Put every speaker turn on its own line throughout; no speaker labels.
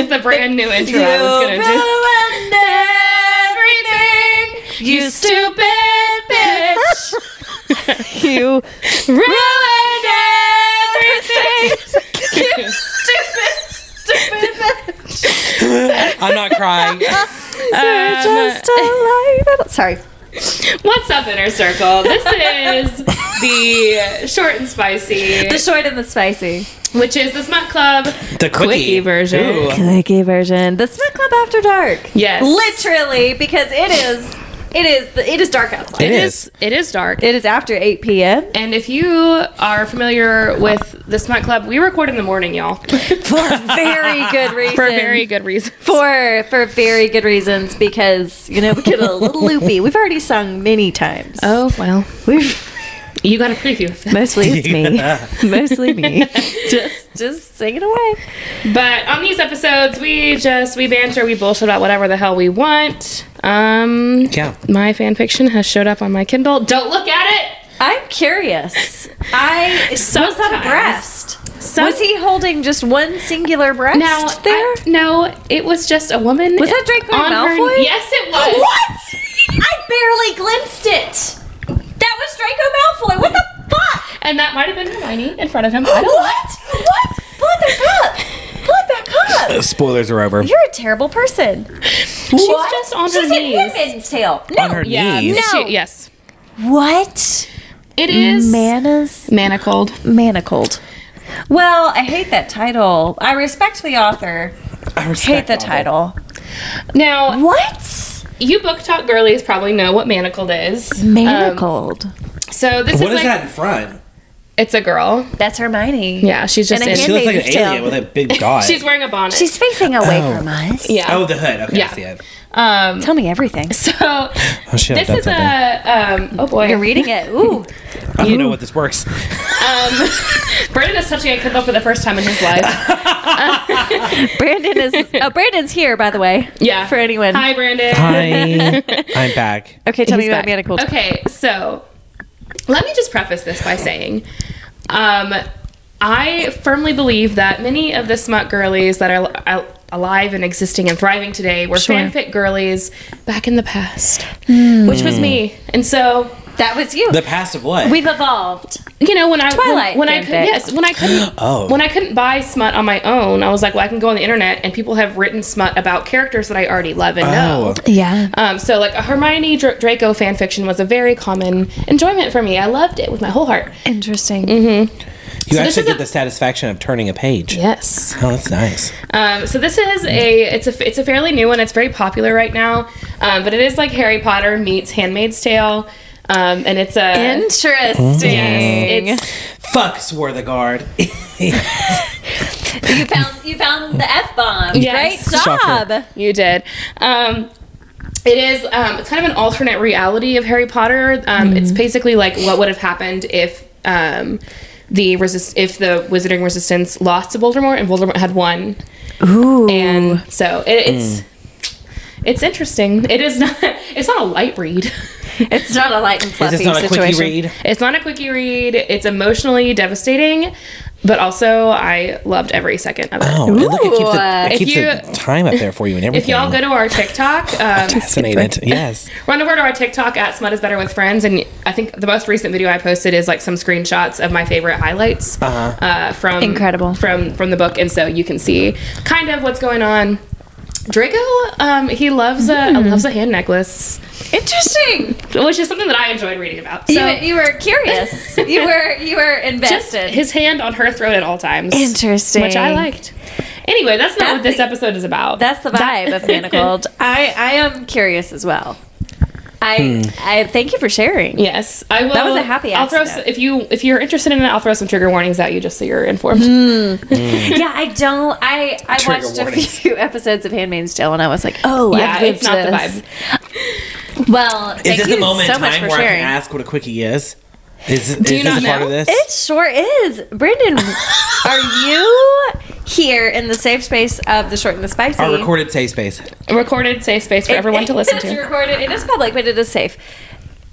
the brand new intro I was gonna do.
ruined everything,
You stupid bitch!
you
Ruined everything!
stupid, stupid
I'm not crying.
Uh,
You're just a lie. Sorry.
What's up, Inner Circle? This is the short and spicy,
The short and the spicy.
which is the Smut Club.
The quickie,
version.
Ooh.
Clicky version. The Smut Club After Dark.
Yes.
Literally, because it is, it is, the, it is dark outside.
It
It
is.
is. It is dark.
It is after 8 p.m.
and if you are familiar with the Smut Club, we record in the morning, y'all, for
For very good reason.
very good reason.
for for very good reasons because you know we get a little loopy. We've already sung many times.
Oh well,
We've
you got a preview of that.
mostly it's me, mostly me. just just sing it away.
But on these episodes, we just we banter, we bullshit about whatever the hell we want. Um,
Yeah.
my fan fiction has showed up on my Kindle. Don't look at
I'm curious. I was that
Sometimes-
a breast?
some-
was he holding just one singular breast
it. Now
there?
I- no, it was just a woman.
Was that Draco
on her-
Malfoy?
yes, it was.
Oh, what? I barely glimpsed it. That was Draco Malfoy. What the fuck?
And that might have been Hermione in front of him. I don't know.
What? What? Pull it back up. Pull it back up.
Spoilers are over.
You're a terrible person.
She's just on her
She's
knees.
in Hitman's tail. No.
On her
Yeah.
knees.
No.
She- yes.
What?
It is
Manas
manacled.
manacled. Well, I hate that title. I respect the author.
I
Hate
respect
the
all that.
title.
Now,
What?
you book talk girlies probably know what manacled is. Um,
Manacled.
so this is
What is
like
that in front?
it's a girl.
That's Hermione.
Yeah, she's just
And a
in.
hand-
She looks like an
Handmaid's Tale.
alien with a big dot.
she's wearing a bonnet.
She's facing away
Oh.
from us.
yeah.
oh, the hood. Okay,
Yeah.
I see it.
Um,
Tell me everything.
so
Oh, shit,
this
I've done
is
something.
a um, oh boy.
You're reading it. Ooh.
I don't know what this works.
Um, Brandon is touching a Kindle for the first time in his life.
Brandon is. Oh, Brandon's here, by the way.
Yeah.
For anyone.
Hi, Brandon.
Hi, I'm back.
Okay, tell
He's
me about
back.
manacled.
Okay, so let me just preface this by saying, um, I firmly believe that many of the smut girlies that are al- alive and existing and thriving today were
Sure. Hmm.
fanfic girlies back in the past, which was me. And so,
That was you.
The past of what?
We've evolved.
you know, when I when-
Twilight
when, I
fanfic.
could yes, when I couldn't
Oh.
when I couldn't buy smut on my own, I was like, well, I can go on the internet and people have written smut about characters that I already love and know.
oh,
Yeah.
Um, so like a Hermione Dr- Draco fanfiction was a very common enjoyment for me. I loved it with my whole heart.
Interesting.
you
this
actually
is
get
a-
the satisfaction of turning a page.
Yes.
Oh, that's nice.
Um, so this is a it's a it's a fairly new one. It's very popular right now, um, but it is like Harry Potter meets Handmaid's Tale, um, and it's a
Interesting.
yes, it's
Fuck, swore the guard. Mm-hmm.
you found you found the f bomb.
Yes.
Great
Shocker.
job.
you did. Um, it is um, kind of an alternate reality of Harry Potter. Um, It's basically like what would have happened if um, the resist if the Wizarding Resistance lost to Voldemort and Voldemort had won.
Ooh.
and so it, it's it's interesting. It is not it's not a light read.
It's not a light and
Is
fluffy
this not a quickie
situation.
read?
It's not a quickie read. It's emotionally devastating, but also I loved every second of it.
Oh, and look, it keeps, the,
Ooh.
it keeps
If
the time up there for you and everything.
If y'all go to our TikTok, um,
fascinated, yes.
run over to our TikTok at Smut is Better with Friends, and I think the most recent video I posted is like some screenshots of my favorite highlights
Uh-huh.
uh from
Incredible.
from from the book, and so you can see kind of what's going on. Draco, um, he loves a
Hmm.
loves a hand necklace.
Interesting.
which is something that I enjoyed reading about.
You
So
you, you were curious. you were you were
just
invested.
his hand on her throat at all times,
Interesting.
which I liked. Anyway, that's not what
That's
this episode is about.
That's the vibe of manacled. I I am curious as well. I
Hmm.
I thank you for sharing.
yes, I will.
That was a happy
I'll throw
accident.
s- if you if you're interested in it, I'll throw some trigger warnings at you just so you're informed.
Yeah, I don't. I I
Trigger
watched a
warnings.
few episodes of Handmaid's Tale and I was like, oh,
Yeah,
I've lived
it's not the
this. Well,
Is
thank
this
you
the moment
so
in
much
time
for
where I
sharing.
can ask what a quickie is? Is, is
you
this
not
a part
know?
of this?
It sure is, Brandon. are you here in the safe space of the short and the spicy?
Our recorded safe space.
A recorded safe space for
It-
everyone to listen
it is
to.
recorded. It is public, but it is safe.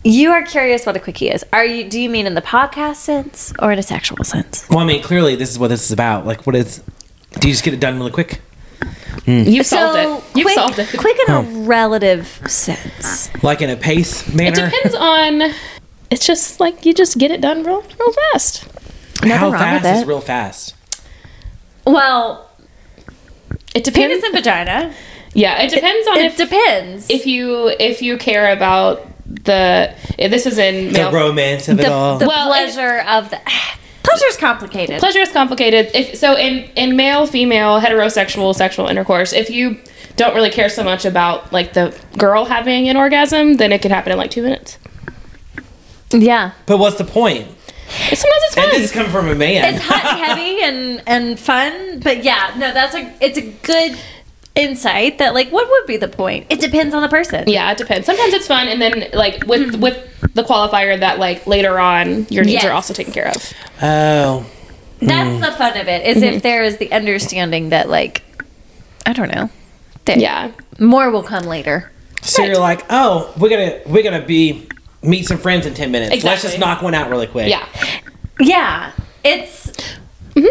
You are curious what a quickie is. Are you? Do you mean in the podcast sense or in a sexual sense?
Well, I mean, clearly this is what this is about. Like, what is? Do you just get it done really quick?
You
so
solved it. You
quick,
solved it. Oh.
quick in a relative sense.
Like in a pace
It
manner.
depends on. It's just like you just get it done real, real fast.
How
Nothing wrong with
fast is
it.
real fast?
Well,
It
penis
depends.
and vagina.
Yeah, it depends on
It
if
depends.
if you if you care about the. This is in
The
male.
romance of it
the,
all.
the
Well, it-
pleasure of the pleasure's complicated.
pleasure is complicated. If so, in in male, female, heterosexual sexual intercourse, if you don't really care so much about like the girl having an orgasm, then it could happen in like two minutes.
yeah,
but what's the point?
And Sometimes it's
And
fun.
this is coming from a
it's
man.
hot and heavy and and fun. But yeah, no, that's a it's a good insight that like what would be the point? It depends on the person.
yeah, it depends. Sometimes it's fun, and then like with with the qualifier that like later on your needs are
Mm-hmm. Yes.
also taken care of.
Oh.
That's the fun of it. is if there is the understanding that like I don't know. There,
Yeah.
more will come later.
So you're like, oh, we're gonna we're gonna be meet some friends in ten minutes. Let's
Exactly.
just knock one out really quick.
Yeah.
Yeah, it's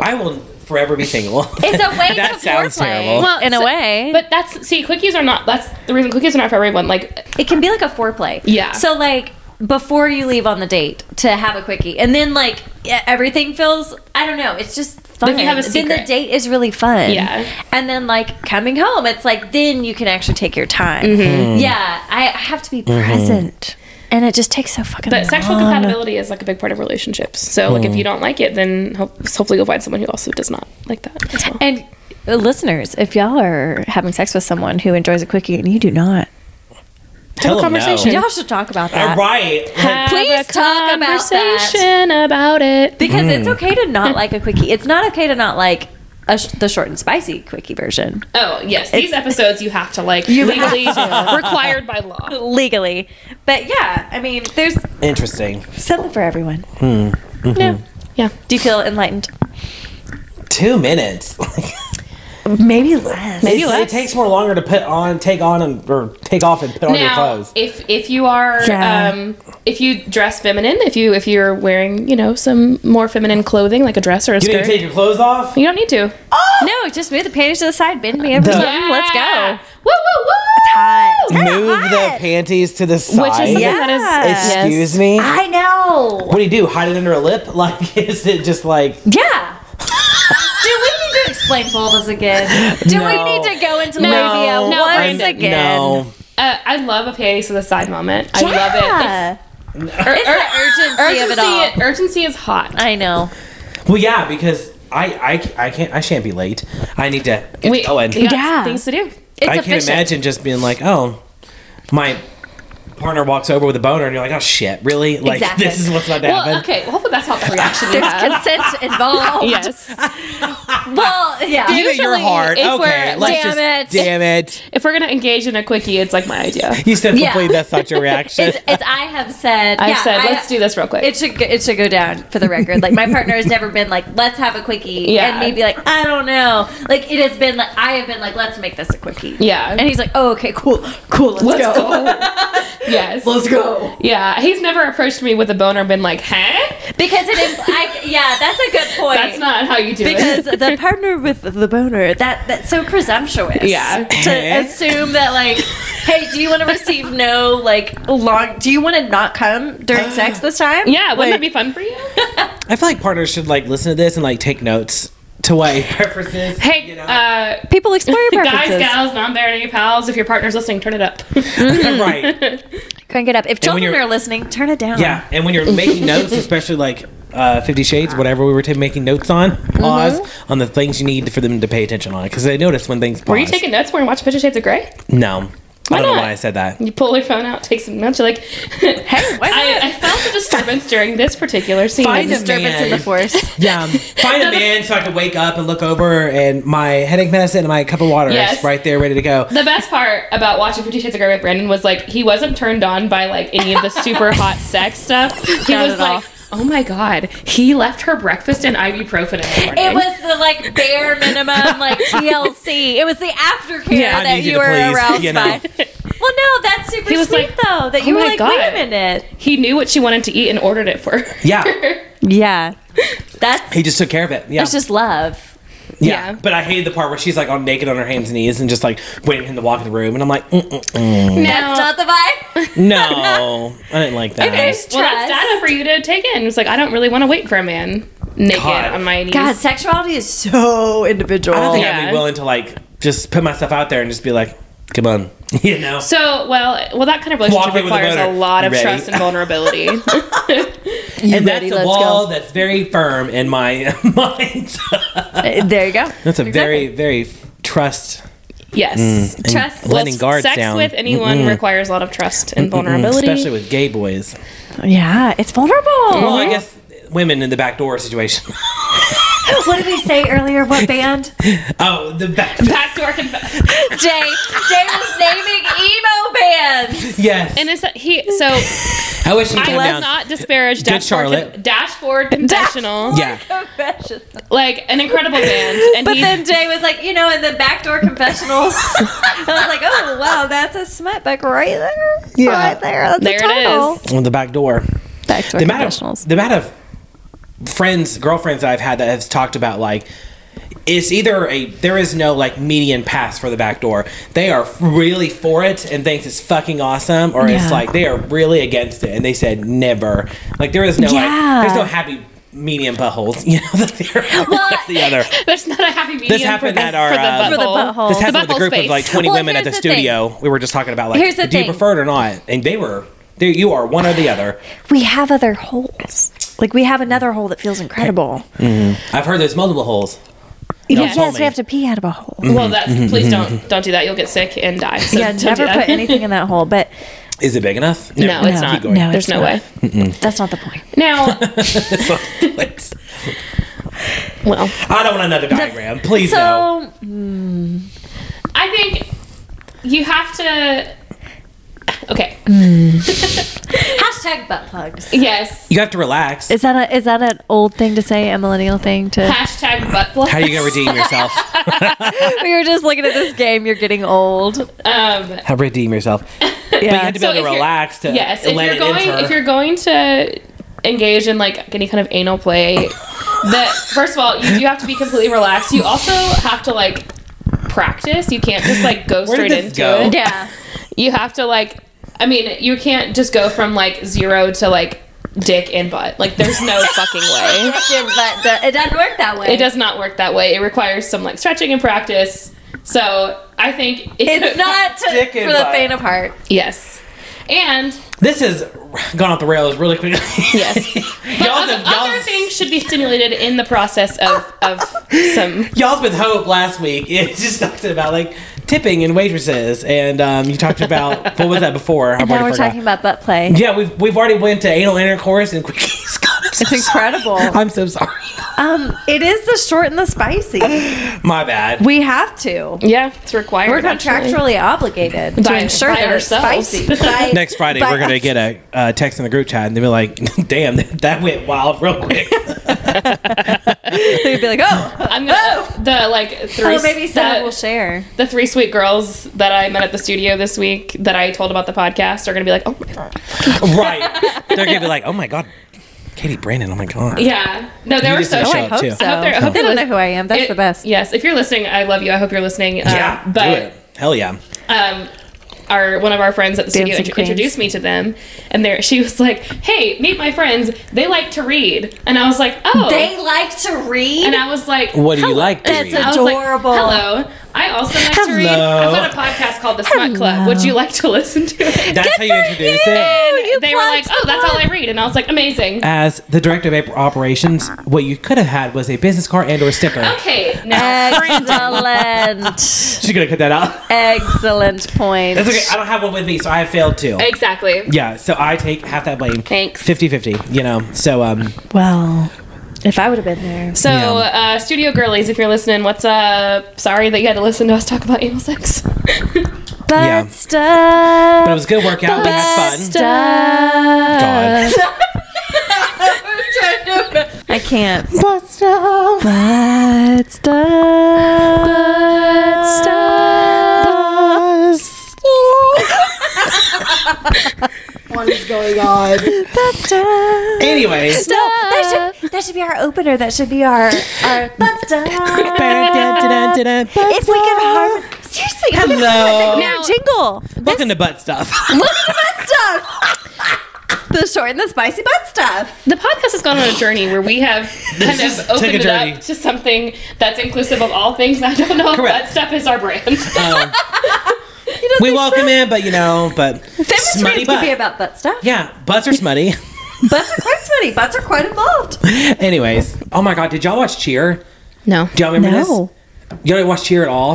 I will forever be single.
it's a way
That
to
sounds
foreplay.
terrible.
Well, in a
so-
way,
But that's see, quickies are not. That's the reason quickies are not for everyone. Like
it can be like a foreplay.
Yeah.
So like before you leave on the date to have a quickie, and then like yeah, everything feels I don't know. It's just fun.
Like you have a
Then the
secret.
date is really fun.
Yeah.
And then like coming home, it's like then you can actually take your time.
Mm-hmm.
Yeah, I have to be present, and it just takes so fucking.
But
long.
sexual compatibility is like a big part of relationships. So like
Hmm.
if you don't like it, then ho- hopefully you'll find someone who also does not like that as well.
and uh, listeners, if y'all are having sex with someone who enjoys a quickie and you do not,
Tell
a
them no.
conversation.
y'all should talk about that.
All right. Like,
Please talk about that.
conversation about it.
Because
Mm.
it's okay to not like a quickie. It's not okay to not like a sh- the short and spicy quickie version.
Oh yes, these episodes you have to like legally required by law.
Legally. But yeah, I mean, there's
interesting.
something for everyone.
Yeah, yeah.
Do you feel enlightened?
Two minutes.
Maybe less. Maybe
It's-
less.
It takes more longer to put on, take on, and or take off and put on your
Now,
clothes.
if if you are
Yeah.
um, if you dress feminine, if you if you're wearing you know some more feminine clothing like a dress or a
You didn't
skirt,
take your clothes off.
you don't need to.
No, just move the panties to the side, bend me over.
The-
something. Let's go.
Woo woo woo!
Hot.
Move the panties to the side.
Which is something
Yeah.
that is
Yes.
Excuse me.
I know.
What do you do? Hide it under a lip? Like is it just like
Yeah. Do we need to explain vulvas again? Do we
No.
need to go into
No.
labia
No,
uh, once
Brandon.
again?
no?
Uh, I love a panties to the side moment. I love it. It's-
Yeah.
ur-
It's
ur-
the urgency, of it all.
urgency- urgency is hot.
I know.
Well, yeah, because I I, I can't I shan't be late. I need to get
We,
going.
we got
Yeah.
things to do.
It's
I
efficient.
can't imagine just being like, oh, my partner walks over with a boner, and you're like, oh shit, really? Like
Exactly.
this is what's about to happen.
Well, okay. Well, hopefully that's not the reaction you
There's
have.
consent involved.
Yes.
Well, yeah.
Give it your
usually
heart.
if
Okay,
we're-
let's
Damn
just
it.
damn it.
If we're gonna engage in a quickie, it's like my idea.
You said
Yeah.
completely that's not your reaction.
It's, it's I have said.
I
yeah,
said,
I-
let's do this real quick.
It should go- it should go down for the record. Like my partner has never been like, let's have a quickie,
Yeah.
and me be like, I don't know. Like it has been like I have been like, let's make this a quickie.
yeah.
And he's like, oh okay, cool, cool, let's,
Let's
go.
go. yes.
Let's go.
Yeah. He's never approached me with a boner and been like, huh?
Because it, imp- I, yeah, that's a good point.
That's not how you do
because
it.
the partner with the boner that that's so presumptuous
Yeah.
to assume that like hey do you want to receive no like long do you want to not come during sex this time
Yeah, wouldn't that
Like-
be fun for you?
I feel like partners should like listen to this and like take notes to what preferences.
Hey,
you know?
uh,
people explore your
guys,
preferences
gals, non-binary pals, if your partner's listening, turn it up.
right.
crank it up if
when
children
you're-
are listening turn it down
Yeah, and when you're making notes, especially like uh, Fifty Shades, whatever we were t- making notes on,
Mm-hmm.
pause on the things you need for them to pay attention on because they notice when things pause.
Were you taking notes when you watched Fifty Shades of Grey?
No, I don't
not?
know why I said that.
You pull your phone out, take some notes. You're like, "Hey,
why
I,
not?"
I felt a disturbance during this particular scene.
Find a
disturbance in the
man.
force
Yeah, find a man so I could wake up and look over, and my headache medicine and my cup of water
Yes.
is right there, ready to go.
The best part about watching Fifty Shades of Grey with Brandon was like he wasn't turned on by like any of the super hot sex stuff. He
Not
was
at all.
like, "Oh my god, he left her breakfast and ibuprofen in the morning."
it was the like bare minimum like tlc it was the aftercare
Yeah. I
that
need you
you
to
were
please,
aroused
you know.
by well no that's super
He was
sweet
like,
though that
"Oh
you were
my
like wait
God."
a minute
He knew what she wanted to eat and ordered it for her.
Yeah,
yeah that's
he just took care of it. Yeah,
It's just love.
Yeah.
But I hated the part where she's like all naked on her hands and knees and just like waiting for him to walk in the room. And I'm like, "Mm, Mm-mm-mm.
That's not the vibe.
no, I didn't like that.
Okay.
well, that's
Trust.
data for you to take in. It's like I don't really want to wait for a man naked
God.
on my knees.
God, sexuality is so individual.
I don't think
Yeah.
I'd be willing to like just put myself out there and just be like, come on, you know.
So well, well, that kind of relationship
Walking with a
requires a,
boner.
lot of
Ready?
trust and vulnerability.
and
ready?
that's a
Let's
wall that's very firm in my mind.
Uh, There you go.
that's a very, very f- trust
yes,
and
Trust. Well,
letting guards
sex
down,
with anyone requires a lot of trust and vulnerability.
especially with gay boys.
Yeah, it's vulnerable.
Well, I guess women in the back door situation.
What did we say earlier? What band?
oh, the back.
backdoor confession.
Jay. Jay was naming emo bands.
Yes.
And it's, he so
I wish he
I
came
will
down.
not disparage
Good
dashboard,
Charlotte.
Con- dashboard confessional,
yeah.
Confessional.
like an incredible band. And
But
he,
then Jay was like, you know, in the backdoor confessionals. I was like, oh wow, that's a smut buck right there.
Yeah.
Right there. That's
There
a
it
title.
is.
On the back door.
Backdoor
The amount, of, the amount of friends, girlfriends that I've had that have talked about like it's either a there is no like median pass for the back door. They are really for it and thinks it's fucking awesome, or
Yeah.
it's like they are really against it and they said never. Like there is no
Yeah.
like there's no happy medium buttholes. You know that they're that's the other.
there's not a happy medium
happened
for the,
at our,
for the
uh,
For the
butthole.
butthole.
This
The
happened with a
butthole
group
space.
of like 20
Well,
women at the
here's the thing.
studio. We were just talking about like,
Here's the
do you
thing.
prefer it or not? And they were, they, you are one or the other.
We have other holes. Like we have another hole that feels incredible.
I've heard there's multiple holes.
Yeah.
yes, we have to pee out of a hole.
Well, that's please don't don't do that. You'll get sick and die. So
Mm-hmm. yeah,
don't do
never
that.
put anything in that hole, but
Is it big enough?
No, it's
No,
not.
no, it's
There's no
not.
way.
that's not the point.
Now,
It's-
well,
I don't want another diagram. Please no.
So
I think you have to. Okay.
hashtag butt plugs.
Yes.
You have to relax.
Is that a is that an old thing to say, a millennial thing to
Hashtag butt plug.
How are you gonna redeem yourself?
We were just looking at this game, you're getting old.
um,
How redeem yourself? But you have to be
So
able
if
to
you're-
relax to
yes. If
Uh, let
you're
it
going,
enter.
if you're going to engage in like any kind of anal play, that first of all, you do have to be completely relaxed. You also have to like practice. You can't just like go
Where did
straight
this
into
go?
it.
Yeah.
you have to like i mean you can't just go from like zero to like dick and butt like there's no fucking way
but the, it doesn't work that way.
it does not work that way it requires some like stretching and practice so i think
It's not
Dick and
for the
butt.
faint of heart.
yes and
this has gone off the rails really quickly.
Yes. but
y'all's,
other,
have,
other
y'all's,
things should be stimulated in the process of of some
y'all's with hope last week. It just talked about like tipping and waitresses, and um, you talked about what was that before? I've
Now
already
we're
forgot.
talking about butt play.
Yeah, we've we've already went to anal intercourse and quickies. God, I'm so
It's
sorry.
incredible.
I'm so sorry.
Um, it is the short and the spicy.
My bad.
We have to.
yeah it's required
We're
actually.
contractually obligated
By-
to ensure
by
that it's
ourselves.
spicy. By-
Next Friday,
by
we're gonna
us.
get a uh, text in the group chat, and they'll be like, "Damn, that, that went wild real quick."
They'd be like, oh,
i'm gonna the like three
oh maybe
the-
Sarah will share.
the three sweet girls that I met at the studio this week that I told about the podcast are gonna be like, oh,
right? They're gonna be like, "Oh my god, Katie Brandon, oh my god."
yeah. No, they
You
were
just
so.
did a
Oh,
shy.
show.
I hope
too.
so.
I hope they're- I hope
they
they're
don't know
lis-
who I am. That's
It-
the best.
Yes, if you're listening, I love you. I hope you're listening. Uh,
Yeah,
but
do it. Hell yeah.
um, our one of our friends at the studio
Dancing
int- introduced me to them, and there she was like, "Hey, meet my friends. They like to read," and I was like, "Oh."
They like to read.
and I was like,
What do you like to
That's
read?
a-
I was like,
Adorable.
Hello. I also like to read.
Hello.
I've got a podcast called The Smut Club. Would you like to listen to it?
That's how you introduce it.
Oh, you
they were like,
plugged
"Oh,
the
that's all
plug.
I read," and I was like, "Amazing."
As the director of operations, what you could have had was a business card and or sticker.
Okay,
uh,
now
Excellent.
She's gonna cut that out.
Excellent point.
That's okay. I don't have one with me, so I failed too.
exactly.
Yeah, so I take half that blame.
Thanks.
50-50, you know. So um
Well, if I would have been there.
So,
Yeah.
uh, studio girlies, if you're listening, what's up? Sorry that you had to listen to us talk about anal sex.
But
Yeah.
stuff.
but it was a good workout. We had fun. God.
I can't. But stuff. But stuff. But
What is going on?
But stuff.
Anyways,
No, they should, That should be our opener. That should be our our butt If we could harm seriously, if we could
Hello.
harmonize our
Now-
jingle.
Welcome to butt stuff.
butt stuff. the short and the spicy butt stuff.
the podcast has gone on a journey where we have kind
is-
of
take a
opened it
journey.
up to something that's inclusive of all things. I don't know
Correct.
if that stuff is our brand.
Um, we welcome in, but you know, but
Feminist
smutty
reads could
butt.
be about butt stuff.
yeah, butts are smutty.
Butts are quite sweaty. Butts are quite involved.
Anyways, oh my god, did y'all watch Cheer?
No.
Do y'all remember
No.
this? You don't watch Cheer at all?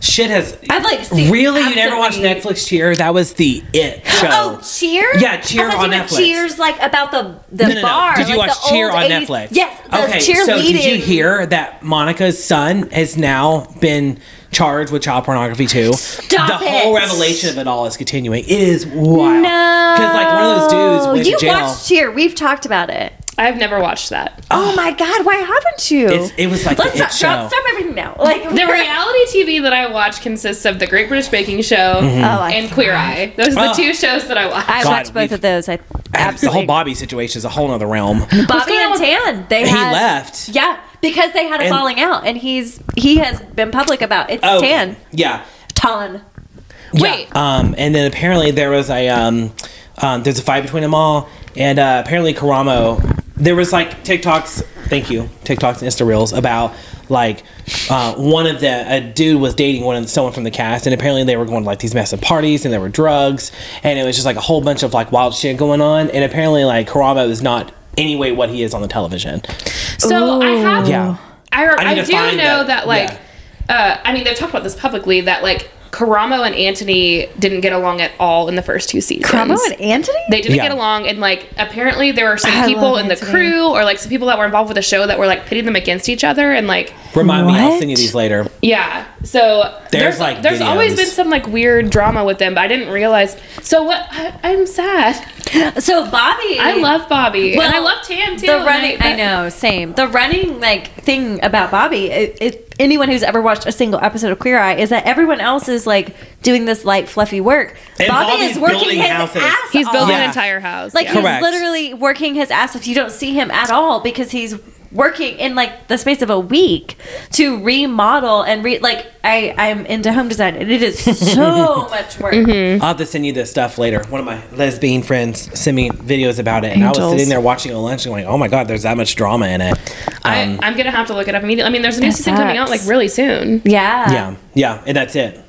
Shit has.
I'd like to see
really, you never
absolutely-
watched Netflix Cheer? That was the it show.
Oh, Cheers!
Yeah, Cheer
I thought
on
you meant
Netflix.
Cheers, like about the the
No, no, no.
bar.
Did you
like
watch
the
Cheer
old
on
80s
Netflix?
Yes. The
Okay.
Cheer
so
leading.
did you hear that Monica's son has now been charged with child pornography too?
Stop
the whole
it.
revelation of it all is continuing. It is wild.
No.
Because like one of those dudes went
you
to jail.
watched Cheer. We've talked about it.
I've never watched that.
Oh my God! Why haven't you?
Ah. It's- it was like the
Let's stop,
It
stop,
show.
stop everything now. Like
The reality TV that I watch consists of The Great British Baking Show
Mm-hmm.
Oh, I
and Queer Eye. Those are the
Oh.
two shows that I watch.
I
God,
watched both
we've-
of those. I
The whole
absolutely.
Bobby situation is a whole nother realm.
Bobby
going
and Tan. They
He
had,
left.
Uh, Yeah, because they had a
And-
falling out, and he's he has been public about it's
Oh,
Tan.
Yeah.
Tan.
Wait.
Yeah. Um, and then apparently there was a um, um, there's a fight between them all, and uh, apparently Karamo. There was like TikToks. Thank you, TikToks and Insta reels about like uh, one of the a dude was dating one of someone from the cast, and apparently they were going to like these massive parties, and there were drugs, and it was just like a whole bunch of like wild shit going on, and apparently like Karamo is not anyway what he is on the television.
So I have.
Yeah.
I, re-
I
I,
need to
do
find
know
that-
that, like, uh, I mean, they've talked about this publicly that like Karamo and Anthony didn't get along at all in the first two seasons.
Cromo and Anthony.
they didn't
Yeah.
get along, and like apparently there were some
I
people
love
in the
Anthony.
crew or like some people that were involved with the show that were like pitting them against each other, and like
Remind me, I'll
What?
send you these later.
yeah. So
There's,
there's,
like,
like there's always
videos.
been some like weird drama with them, but I didn't realize. So what? I, I'm sad.
so Bobby.
I love Bobby,
Well,
and I love Tam too.
The
and
running, I
that-
know, same. The running like thing about Bobby, i if anyone who's ever watched a single episode of Queer Eye, is that everyone else is like doing this light fluffy work.
And
Bobby
Bobby's
is working
building
his
houses.
ass.
He's building an
off.
Yeah.
entire house.
like
yeah.
he's
Correct.
literally working his ass off. You don't see him at all because he's working in like the space of a week to remodel and re like I I'm into home design and it is so much work.
I'll have to send you this stuff later. One of my lesbian friends sent me videos about it, and I was
Angels.
sitting there watching at lunch, going, "Oh my god, there's that much drama in it." Um,
I, I'm gonna have to look it up immediately. I mean, there's a new
That
season coming out like
sucks.
really soon.
Yeah,
yeah, yeah, and that's it.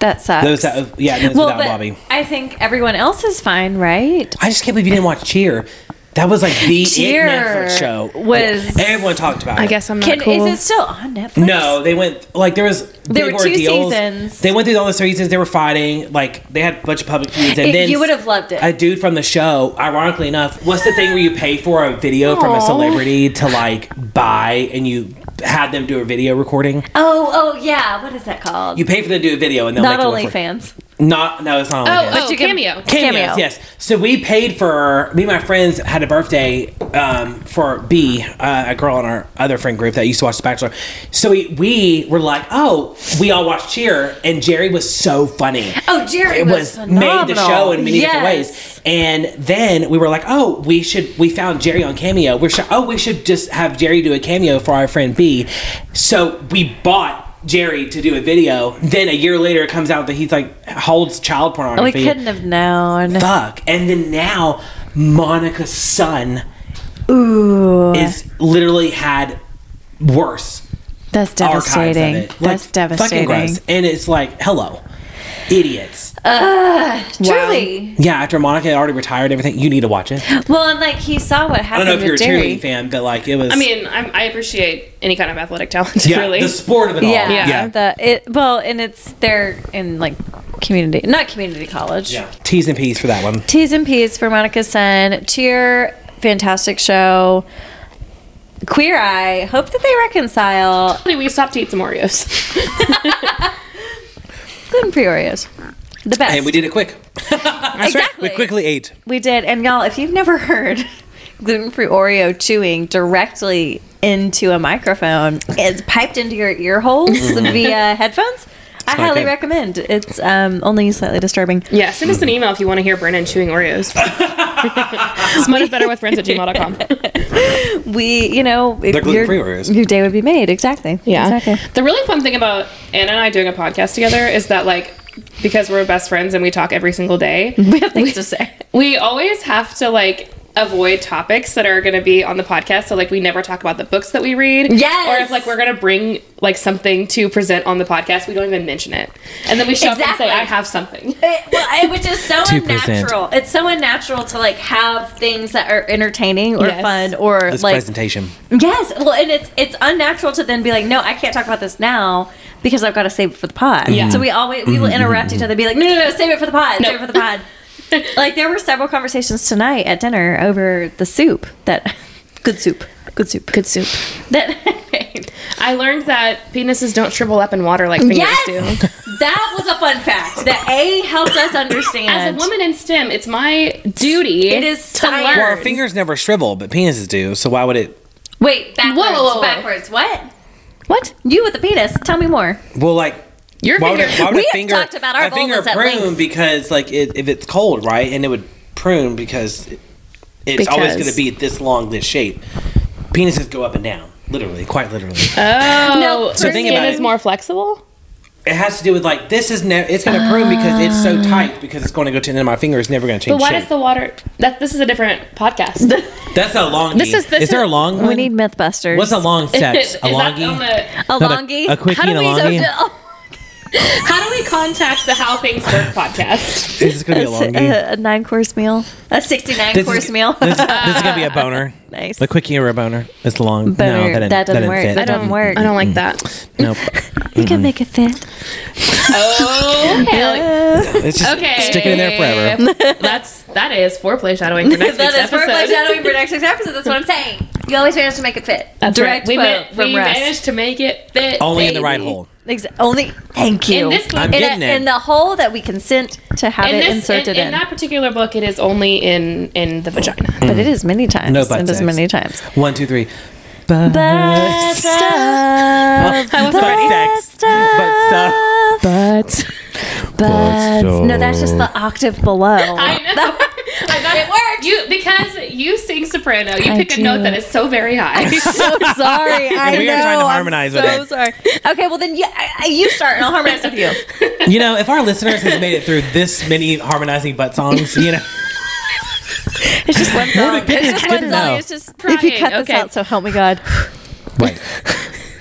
that sucks.
Those, that, yeah, and it's
well,
without
but
Bobby.
I think everyone else is fine, right?
I just can't believe you didn't watch Cheer. That was like the
Cheer
it Netflix show.
was-
Like, everyone talked about.
I
it.
guess I'm not
Can,
cool.
Is it still on Netflix?
No, they went like there was big
There were two
ordeals.
seasons.
They went through all the seasons. They were fighting. Like they had a bunch of public feuds, and
It-
then
you would have loved it.
A dude from the show, ironically enough, what's the thing where you pay for a video from a
Aw.
celebrity to like buy, and you had them do a video recording?
Oh, oh yeah. What is that called?
You pay for them to do a video, and they'll
Not
make you
only
record-
fans.
Not no, it's not.
oh,
OnlyFans.
oh,
you can-
cameo.
Cameos,
Cameo.
yes. So we paid for me and my friends had a birthday um, for B, uh, a girl in our other friend group that used to watch The Bachelor. So we, we were like, oh, we all watched Cheer, and Jerry was so funny.
Oh, Jerry
It was,
was,
made the
phenomenal.
show in many different
Yes.
ways. And then we were like, oh, we should. We found Jerry on Cameo. We're sure. Oh, we should just have Jerry do a cameo for our friend B. So we bought. Jerry to do a video. Then a year later, it comes out that he's like holds child
We
pornography
couldn't have known.
fuck. And then now Monica's son
Ooh,
is literally had worse
that's
archives of
devastating.
it.
that's
Like,
devastating.
Fucking gross. And it's like, hello, idiots.
Truly.
Yeah, after Monica had already retired and everything, you need to watch it. I
Well, and like he saw what
don't
happened
know if
with
you're a
Jerry.
cheerleading fan, but like it was.
I mean, I'm, I appreciate any kind of athletic talent.
yeah,
really.
the sport of it all.
Yeah,
Yeah.
yeah. The it well, and it's they're in like community, not community college.
Yeah. T's and P's for that one.
T's and P's for Monica's son. Cheer, fantastic show. Queer Eye. Hope that they reconcile.
we stopped to eat some Oreos.
Gluten free Oreos, the best.
And we did it quick.
exactly.
We quickly ate.
We did. And y'all, if you've never heard gluten free Oreo chewing directly into a microphone, it's piped into your ear holes via headphones. I
Mm-hmm. not
highly
good.
recommend. It's um, only slightly disturbing.
yeah, send us an email if you want to hear Brennan chewing Oreos. Smut is better with friends at gmail.com.
we, you know,
They're
your,
gluten-free Oreos.
your day would be made. Exactly.
Yeah.
Exactly.
The really fun thing about Anna and I doing a podcast together is that like because we're best friends and we talk every single day,
We have things to say.
we always have to like avoid topics that are going to be on the podcast so like we never talk about the books that we read
Yes!
or if like we're going to bring like something to present on the podcast we don't even mention it and then we show up and
Exactly.
say i have something
It, well, I- which is so
2%.
unnatural. It's so unnatural to like have things that are entertaining or
Yes.
fun or
This
like
presentation.
yes. Well, and it's it's unnatural to then be like, no, I can't talk about this now because I've got to save it for the pod.
Yeah.
So we always we will interrupt each other, and be like, no, no, no, save it for the pod,
No.
save it for the pod. like there were several conversations tonight at dinner over the soup that good soup, good soup,
good soup
that I made.
i learned that penises don't shrivel up in water like fingers do
Yes, that was a fun fact that A helped us
as
understand.
a woman in stem it's my duty
It is
to
science.
learn
Well, fingers never shrivel, but penises do. So why would it?
wait, backwards,
Whoa, whoa, whoa.
backwards, what?
what
You with the penis. Tell me more.
Well, like
your
why would,
finger
it, why would
We
a
have
finger,
talked about our
a finger
vulvas at
prune
length.
because like it, if it's cold, right, and it would prune because it- it's always
Because.
going to be this long, this shape. Penises go up and down, literally, quite literally.
Uh,
oh
No,
so
So
think
skin
about
is
it.
more flexible
It has to do with like this is never. It's going to prune because it's
Uh.
so tight because it's going to go to the end of my finger. It's never going to
but
change
why
shape.
does the water that this is a different podcast
That's a long.
This is- this
is there
is-
a long one?
We need Mythbusters.
What's a long sex?
Is
a
that
longie?
on the-
A
Not a-
longie?
a quickie
How do
and a
we- so
longie?
d-
How do we contact the How Things Work podcast?
This is going to be a
oh,
longie.
a, a nine course meal. A 69
This
course
is,
meal.
This, this is gonna be a boner.
Nice.
The quickie or a boner. It's long.
Boner.
No, that, didn't-
That doesn't
didn't
work.
Fit.
That doesn't work.
I don't like that.
Nope.
you can make it fit.
Oh,
It's just
okay.
stick it in there forever.
That's that is foreplay shadowing for next
that
week's
is for
episode.
foreshadowing for next week's episode. That's what I'm saying. You always manage to make it fit.
That's
Direct
right. We,
quote
ma-
from
we
Russ.
managed to make it fit.
Only in the right
baby.
hole.
Exa- only. Thank you.
In this book,
I'm
in,
getting
a-
it.
in the hole that we consent to have
in
it
this, in,
inserted in.
in that particular book, it is only in in the vagina.
but it is many times.
No butt
It is
sex.
many times.
One, two, three.
But stuff.
I was
But
ready.
sex.
stuff.
But stuff.
But
Buds. No, that's just the octave below.
I know. I got it worked. You because you sing soprano, you
I
pick a
do.
note that is so very high.
so sorry. I
we
know.
are trying to
I'm
harmonize with
so
it.
sorry. Okay, well then you, I, I- you start and I'll harmonize with you.
You know, if our listeners has made it through this many harmonizing butt songs, you know,
It's just one song. It's just
Good
one song.
enough.
It's just
If you cut this out,
so help me God.
wait,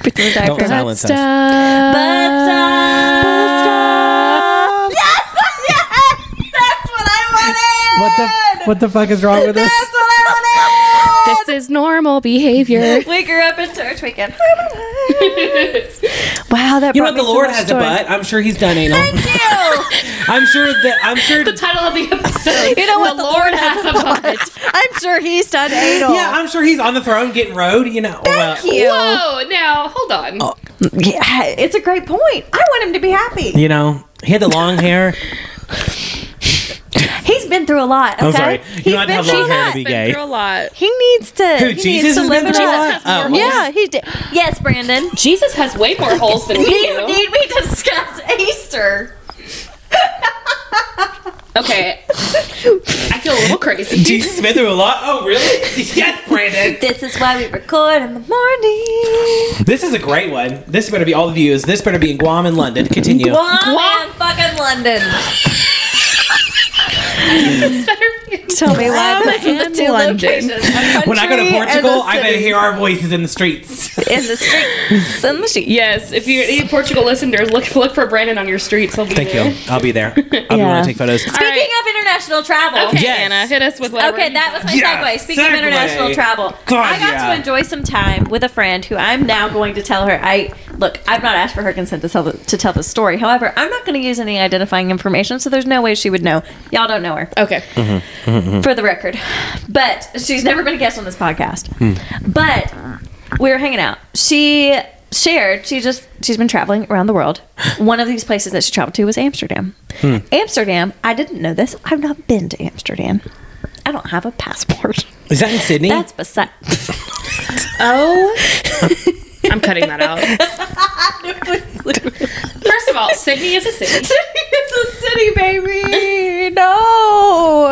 don't silence us.
Yes, yes, that's what I wanted.
What the what the fuck is wrong with us?
That's what I wanted.
This is normal behavior.
we grew up in church weekend. wow, that
You know,
brought
the
me so
Lord
much
has
joy.
a butt. I'm sure he's done anal.
Thank you.
I'm sure that I'm sure.
the title of the episode.
You know what?
The Lord has a butt.
I'm sure he's done anal.
Yeah, I'm sure he's on the throne getting rode. You know, well,
Thank you.
Whoa, now hold on.
Oh,
Yeah, it's a great point. I want him to be happy.
you know, he had the long hair.
He's been through a lot. Okay?
I'm sorry. You
He's
don't have to have
been through
long
a
hair
lot.
to be
Been
gay.
through a lot.
He needs to.
Who,
he
Jesus
needs to
has
live
been
it
through a
up.
lot? Oh,
more
Yeah, he did. Yes, Brandon.
Jesus has way more holes than we
Need,
do.
need we discuss Easter?
Okay. I feel a little crazy.
Jesus has been through a lot. Oh, really? yes, Brandon.
This is why we record in the morning.
This is a great one. This better be all the views. This better be in Guam and London. Continue.
Guam,
Guam.
and fucking London.
It's better.
Tell me why this is the
and
two
London.
locations. a
When I go to
country and a
Portugal, I better
city.
hear our voices in the streets.
in the streets and the sheets.
Yes, if you any Portugal listeners, look look for Brandon on your streets. He'll be
Thank
there.
you. I'll be there. I'll be
Yeah.
wanting to take photos.
Speaking
right.
of international travel.
Okay,
Yes.
Anna, hit us with whatever.
Okay, that was my
Yeah,
segue. Speaking of
segue.
international travel,
God,
I got
yeah.
to enjoy some time with a friend who I'm now going to tell her. I look, I've not asked for her consent to tell the, to tell the story. However, I'm not going to use any identifying information, so there's no way she would know. Y'all don't know her,
Okay.
for the record. But she's never been a guest on this podcast. But we were hanging out. She shared she just she's been traveling around the world. One of these places that she traveled to was Amsterdam. Amsterdam. I didn't know this. I've not been to Amsterdam. I don't have a passport.
Is that in Sydney?
That's beside.
Oh. I'm cutting that out.
it's
First of all, Sydney is a city.
a city, baby. No.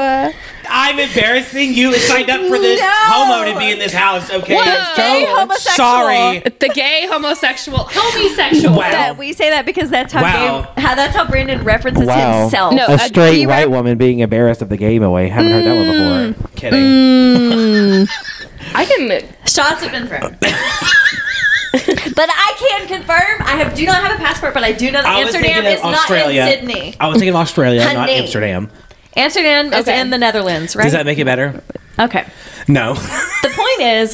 I'm in embarrassing? You signed up for this
No.
homo to be in this house, okay?
What a
I'm
gay homosexual.
Sorry.
the gay homosexual homosexual.
Wow.
That we say that because that's how
Wow.
Gabe- how that's how Brandon references
Wow.
himself.
No.
a
a
straight
gay
white
rep-
woman being embarrassed of the game away. Haven't heard that one
Mm.
before.
Kidding.
I can.
Shots have been thrown. but I can confirm I have do not have a passport, but I do know that
I was
Amsterdam
thinking
is
of Australia.
not in Sydney.
I was thinking of Australia, not
Honey.
Amsterdam.
Amsterdam
Okay.
is in the Netherlands, right?
Does that make it better?
okay.
No.
The point is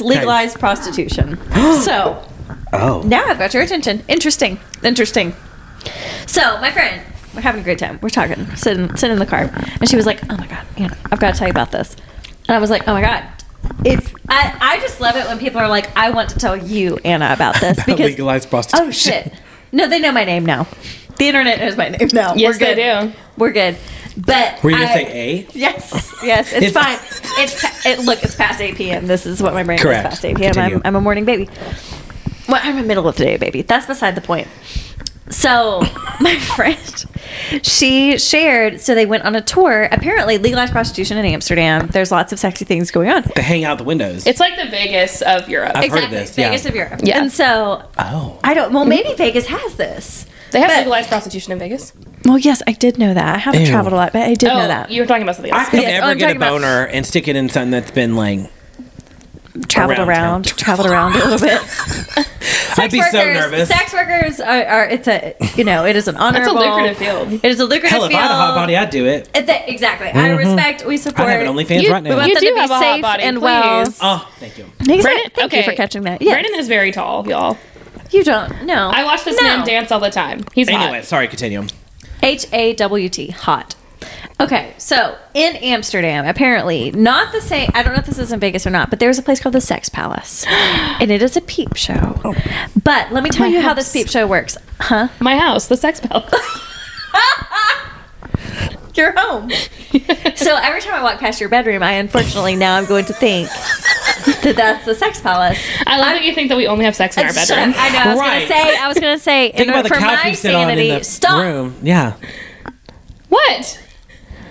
legalized prostitution. So
Oh.
now I've got your attention. Interesting. Interesting. So, my friend, we're having a great time. We're talking, sitting, sitting in the car. And she was like, Oh my God, Anna, I've got to tell you about this. And I was like, Oh my God. If I, I just love it when people are like, I want to tell you, Anna, about this because
Legalized prostitution.
Oh shit! No, they know my name now. The internet knows my name now.
Yes, they
We're good.
do.
We're good. But
Were you going to
I-
say A?
Yes, yes, it's,
It's-
fine. It's pa- it, look, it's past eight p.m. This is what my brain
Correct.
is past eight p.m.
Continue.
I'm, I'm a morning baby. Well, I'm a middle of the day baby. That's beside the point. So my friend, she shared. So they went on a tour. Apparently, legalized prostitution in Amsterdam. There's lots of sexy things going on.
To hang out the windows.
It's like the Vegas of Europe.
I've heard of
Exactly,
this.
Vegas
yeah.
of Europe.
Yeah.
And so
oh.
I don't. Well, maybe Vegas has this.
They have
But-
legalized prostitution in Vegas.
Well, yes, I did know that. I haven't
Ew.
traveled a lot, but I did know
Oh,
that.
you were talking about something
I
else.
could
Yes, oh,
ever
I'm
get a
talking about-
boner and stick it in something that's been like.
traveled
around
around,
town.
traveled around a little bit.
I'd be so
Workers-
nervous.
Sex workers are, are it's a you know it is an
That's a
honorable.
lucrative field.
It is a lucrative
Hell, if I
field.
had a hot body, Mm-hmm. I'd do it.
It's a- exactly. I respect. We support.
I'd have an OnlyFans
You-
right
We
now.
want
You
them
do
to be
have a hot
safe
body,
and well.
please.
Oh, thank you.
Exactly.
Brandon-
Thank you for catching that. Yes.
Brandon is very tall, y'all.
you don't. No.
I watch this
no.
man dance all the time. He's
Anyway,
hot.
sorry, continue.
H A W T, hot. Okay, so in Amsterdam, apparently, not the same. I don't know if this is in Vegas or not, but there's a place called the Sex Palace, and it is a peep show. But let me tell
My
you how
house.
this peep show works. Huh?
My house, the sex bell.
Your home. so every time I walk past your bedroom, I unfortunately now I'm going to think that that's the Sex Palace.
I love that you think that we only have sex in our
Shut up.
bedroom.
I know. I was
Right.
gonna say. I was gonna say.
Think
in
about
order
the
for
couch
my
you sit on in
sanity,
the
stop.
room. Yeah.
What?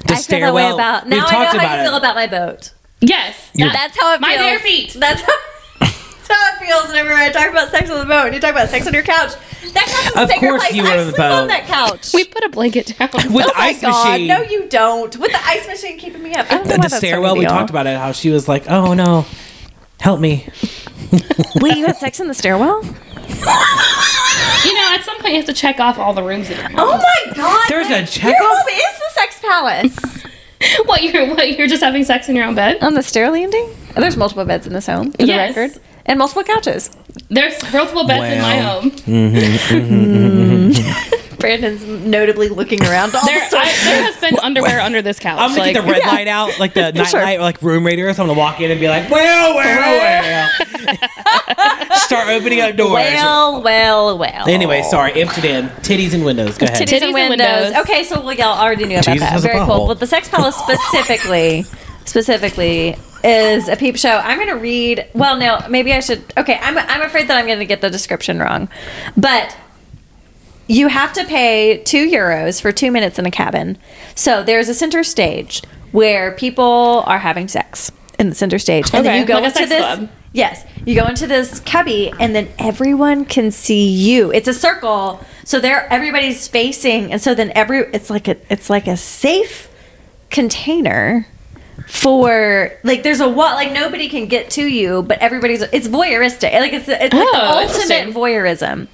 The
I feel that way
stairwell.
about.
We've
Now I
talked
know how you
it.
feel about my boat.
Yes.
You-
that-
That's how it
My
feels.
bare feet.
That's how, that's how it feels whenever I talk about sex on the boat. You talk about sex on your couch. That couch is a
Of
sacred
course
place.
you
I
were on the
sleep on
boat.
that couch.
we put a blanket down.
With
oh
the
my
ice
God.
machine.
No, you don't. With the ice machine keeping me up. I don't know
the,
why
the
that's funny
stairwell,
to
we
y'all.
talked about it, how she was like, oh no, help me.
Wait, you had sex in the stairwell?
you know, at some point you have to check off all the rooms in your house.
Oh my God.
There's a
Your
checkoff?
home is the sex palace.
What you're what you're just having sex in your own bed?
on the stair landing? There's multiple beds in this home, for
Yes.
the record. And multiple couches.
There's multiple beds in my
Wow.
home.
Brandon's notably looking around all
There, I, there has been underwear under this couch.
I'm gonna
like,
get the red
yeah.
light out, like the night
sure.
light, like room radiator. So I'm gonna walk in and be like, well, well, well. Start opening up doors.
Well, well, well.
Anyway, sorry, Amsterdam, titties and windows. Go ahead.
Titties, and
and
windows.
windows.
Okay, so well, y'all already knew about
Jesus
that.
has a
Very
butthole.
cool. But the Sex Palace specifically, specifically is a peep show. I'm gonna read. Well, no, maybe I should. Okay, I'm. I'm afraid that I'm gonna get the description wrong, but. You have to pay two euros for two minutes in a cabin. So there's a center stage where people are having sex in the center stage, and
Okay,
then you go
like a
into
sex
this.
club.
Yes, you go into this cubby, and then everyone can see you. It's a circle, so there everybody's facing, and so then every it's like a it's like a safe container for like there's a wall like nobody can get to you, but everybody's it's voyeuristic. Like it's it's like
Oh,
the ultimate
interesting.
voyeurism.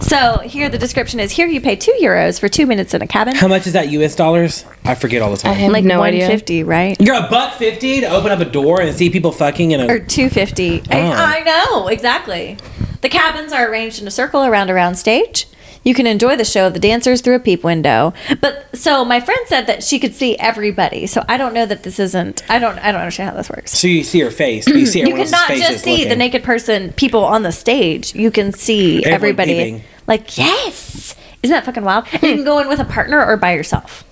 So here the description is here you pay two euros for two minutes in a cabin,
How much is that U.S. dollars? I forget all the time.
have
like
no
one
idea.
fifty, right?
You're a buck fifty to open up a door and see people fucking in a.
or 250 I, I know exactly the cabins are arranged in a circle around a round stage you can enjoy the show of the dancers through a peep window but so my friend said that she could see everybody so i don't know that this isn't i don't i don't understand how this works
so you see her face, but you see
you
everyone else's
cannot
face
just see the naked person people on the stage you can see
Everyone
everybody
peeping.
like yes isn't that fucking wild and you can go in with a partner or by yourself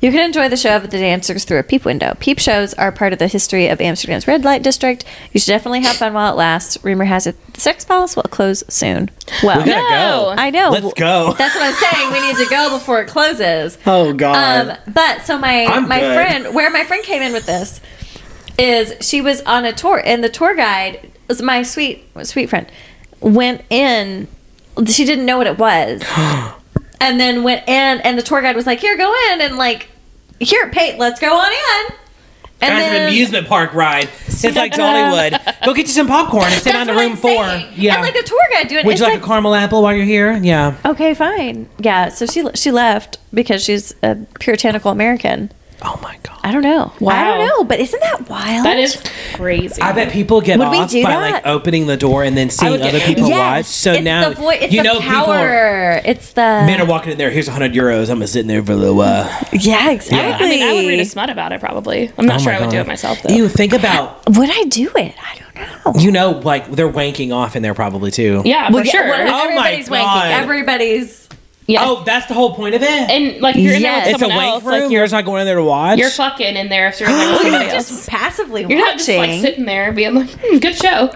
You can enjoy the show of the dancers through a peep window. Peep shows are part of the history of Amsterdam's red light district. You should definitely have fun while it lasts. Rumor has it the sex palace will close soon. Well,
We gotta
No.
go.
I know. Um,
Let's go.
That's what I'm saying. We need to go before it closes.
Oh God.
Um, but so my
I'm
my
good.
friend, where my friend came in with this, is she was on a tour, and the tour guide, was my sweet sweet friend, went in. She didn't know what it was, and then went in, and the tour guide was like, "Here, go in," and like, "Here, Pate, let's go on in." And
That's an amusement park ride. It's like Dollywood. Go get you some popcorn and sit
that's
down to
what
room
I'm
four.
saying.
Yeah.
and like a tour guide doing.
Would
it's
you like, a caramel apple while you're here? Yeah.
okay, fine, yeah. So she she left because she's a puritanical American.
Oh my god.
I don't know. I
Wow.
don't know, but isn't that wild?
That is crazy.
I bet people get
Would we
off by
do
like
that?
opening the door and then seeing
would get
other people
Yes,
watch. So
it's
now
the voi- it's
you
the
know people are,
power. it's the
men are walking in there. Here's 100 euros. I'm gonna sit in there for a little while.
yeah
I
exactly.
mean, I would read a smut about it probably. I'm not sure I would do it myself though.
Oh You think about
Would I do it? I don't know.
you know like they're wanking off in there probably too.
yeah, for
Well, yeah,
sure.
well,
Oh my
everybody's
God.
wanking. Everybody's
yeah.
Oh, that's the whole point of it.
and like you're in there
Yes.
with
it's a
someone
wank
else.
room.
Like
you're
you're
just not going in there to watch.
you're fucking in there if you're in there with somebody else.
just passively
You're not just
watching.
like sitting there being like, hmm, good show.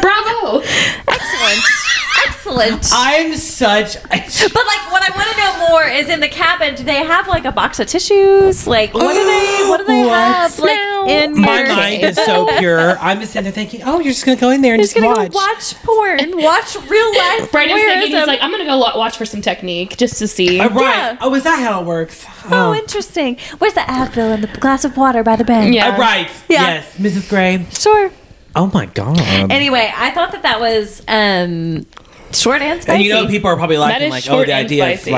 Bravo.
Excellent. Excellent.
I'm such.
but like, what I want to know more is in the cabin. Do they have like a box of tissues? Like, what do they? What do they
What?
have? Like
Now-
in
My
your-
mind is so pure. I'm just sitting there thinking, oh, you're just gonna go in there and
Just
just,
gonna
watch.
go watch porn. Watch real life.
Brandon's thinking,
voyeurism.
he's like, I'm going to go lo- watch for some technique just to see.
Uh, right.
Yeah.
Oh, is that how it works?
Oh,
Oh.
interesting. Where's the Advil and the glass of water by the bed?
Yeah.
Uh, right.
Yeah.
Yes, Mrs. Gray.
Sure.
Oh my God. And,
Anyway, I thought that that was um, short and spicy.
you know, people are probably
That
laughing
is
like, oh,
short
the
and
idea
spicy.
of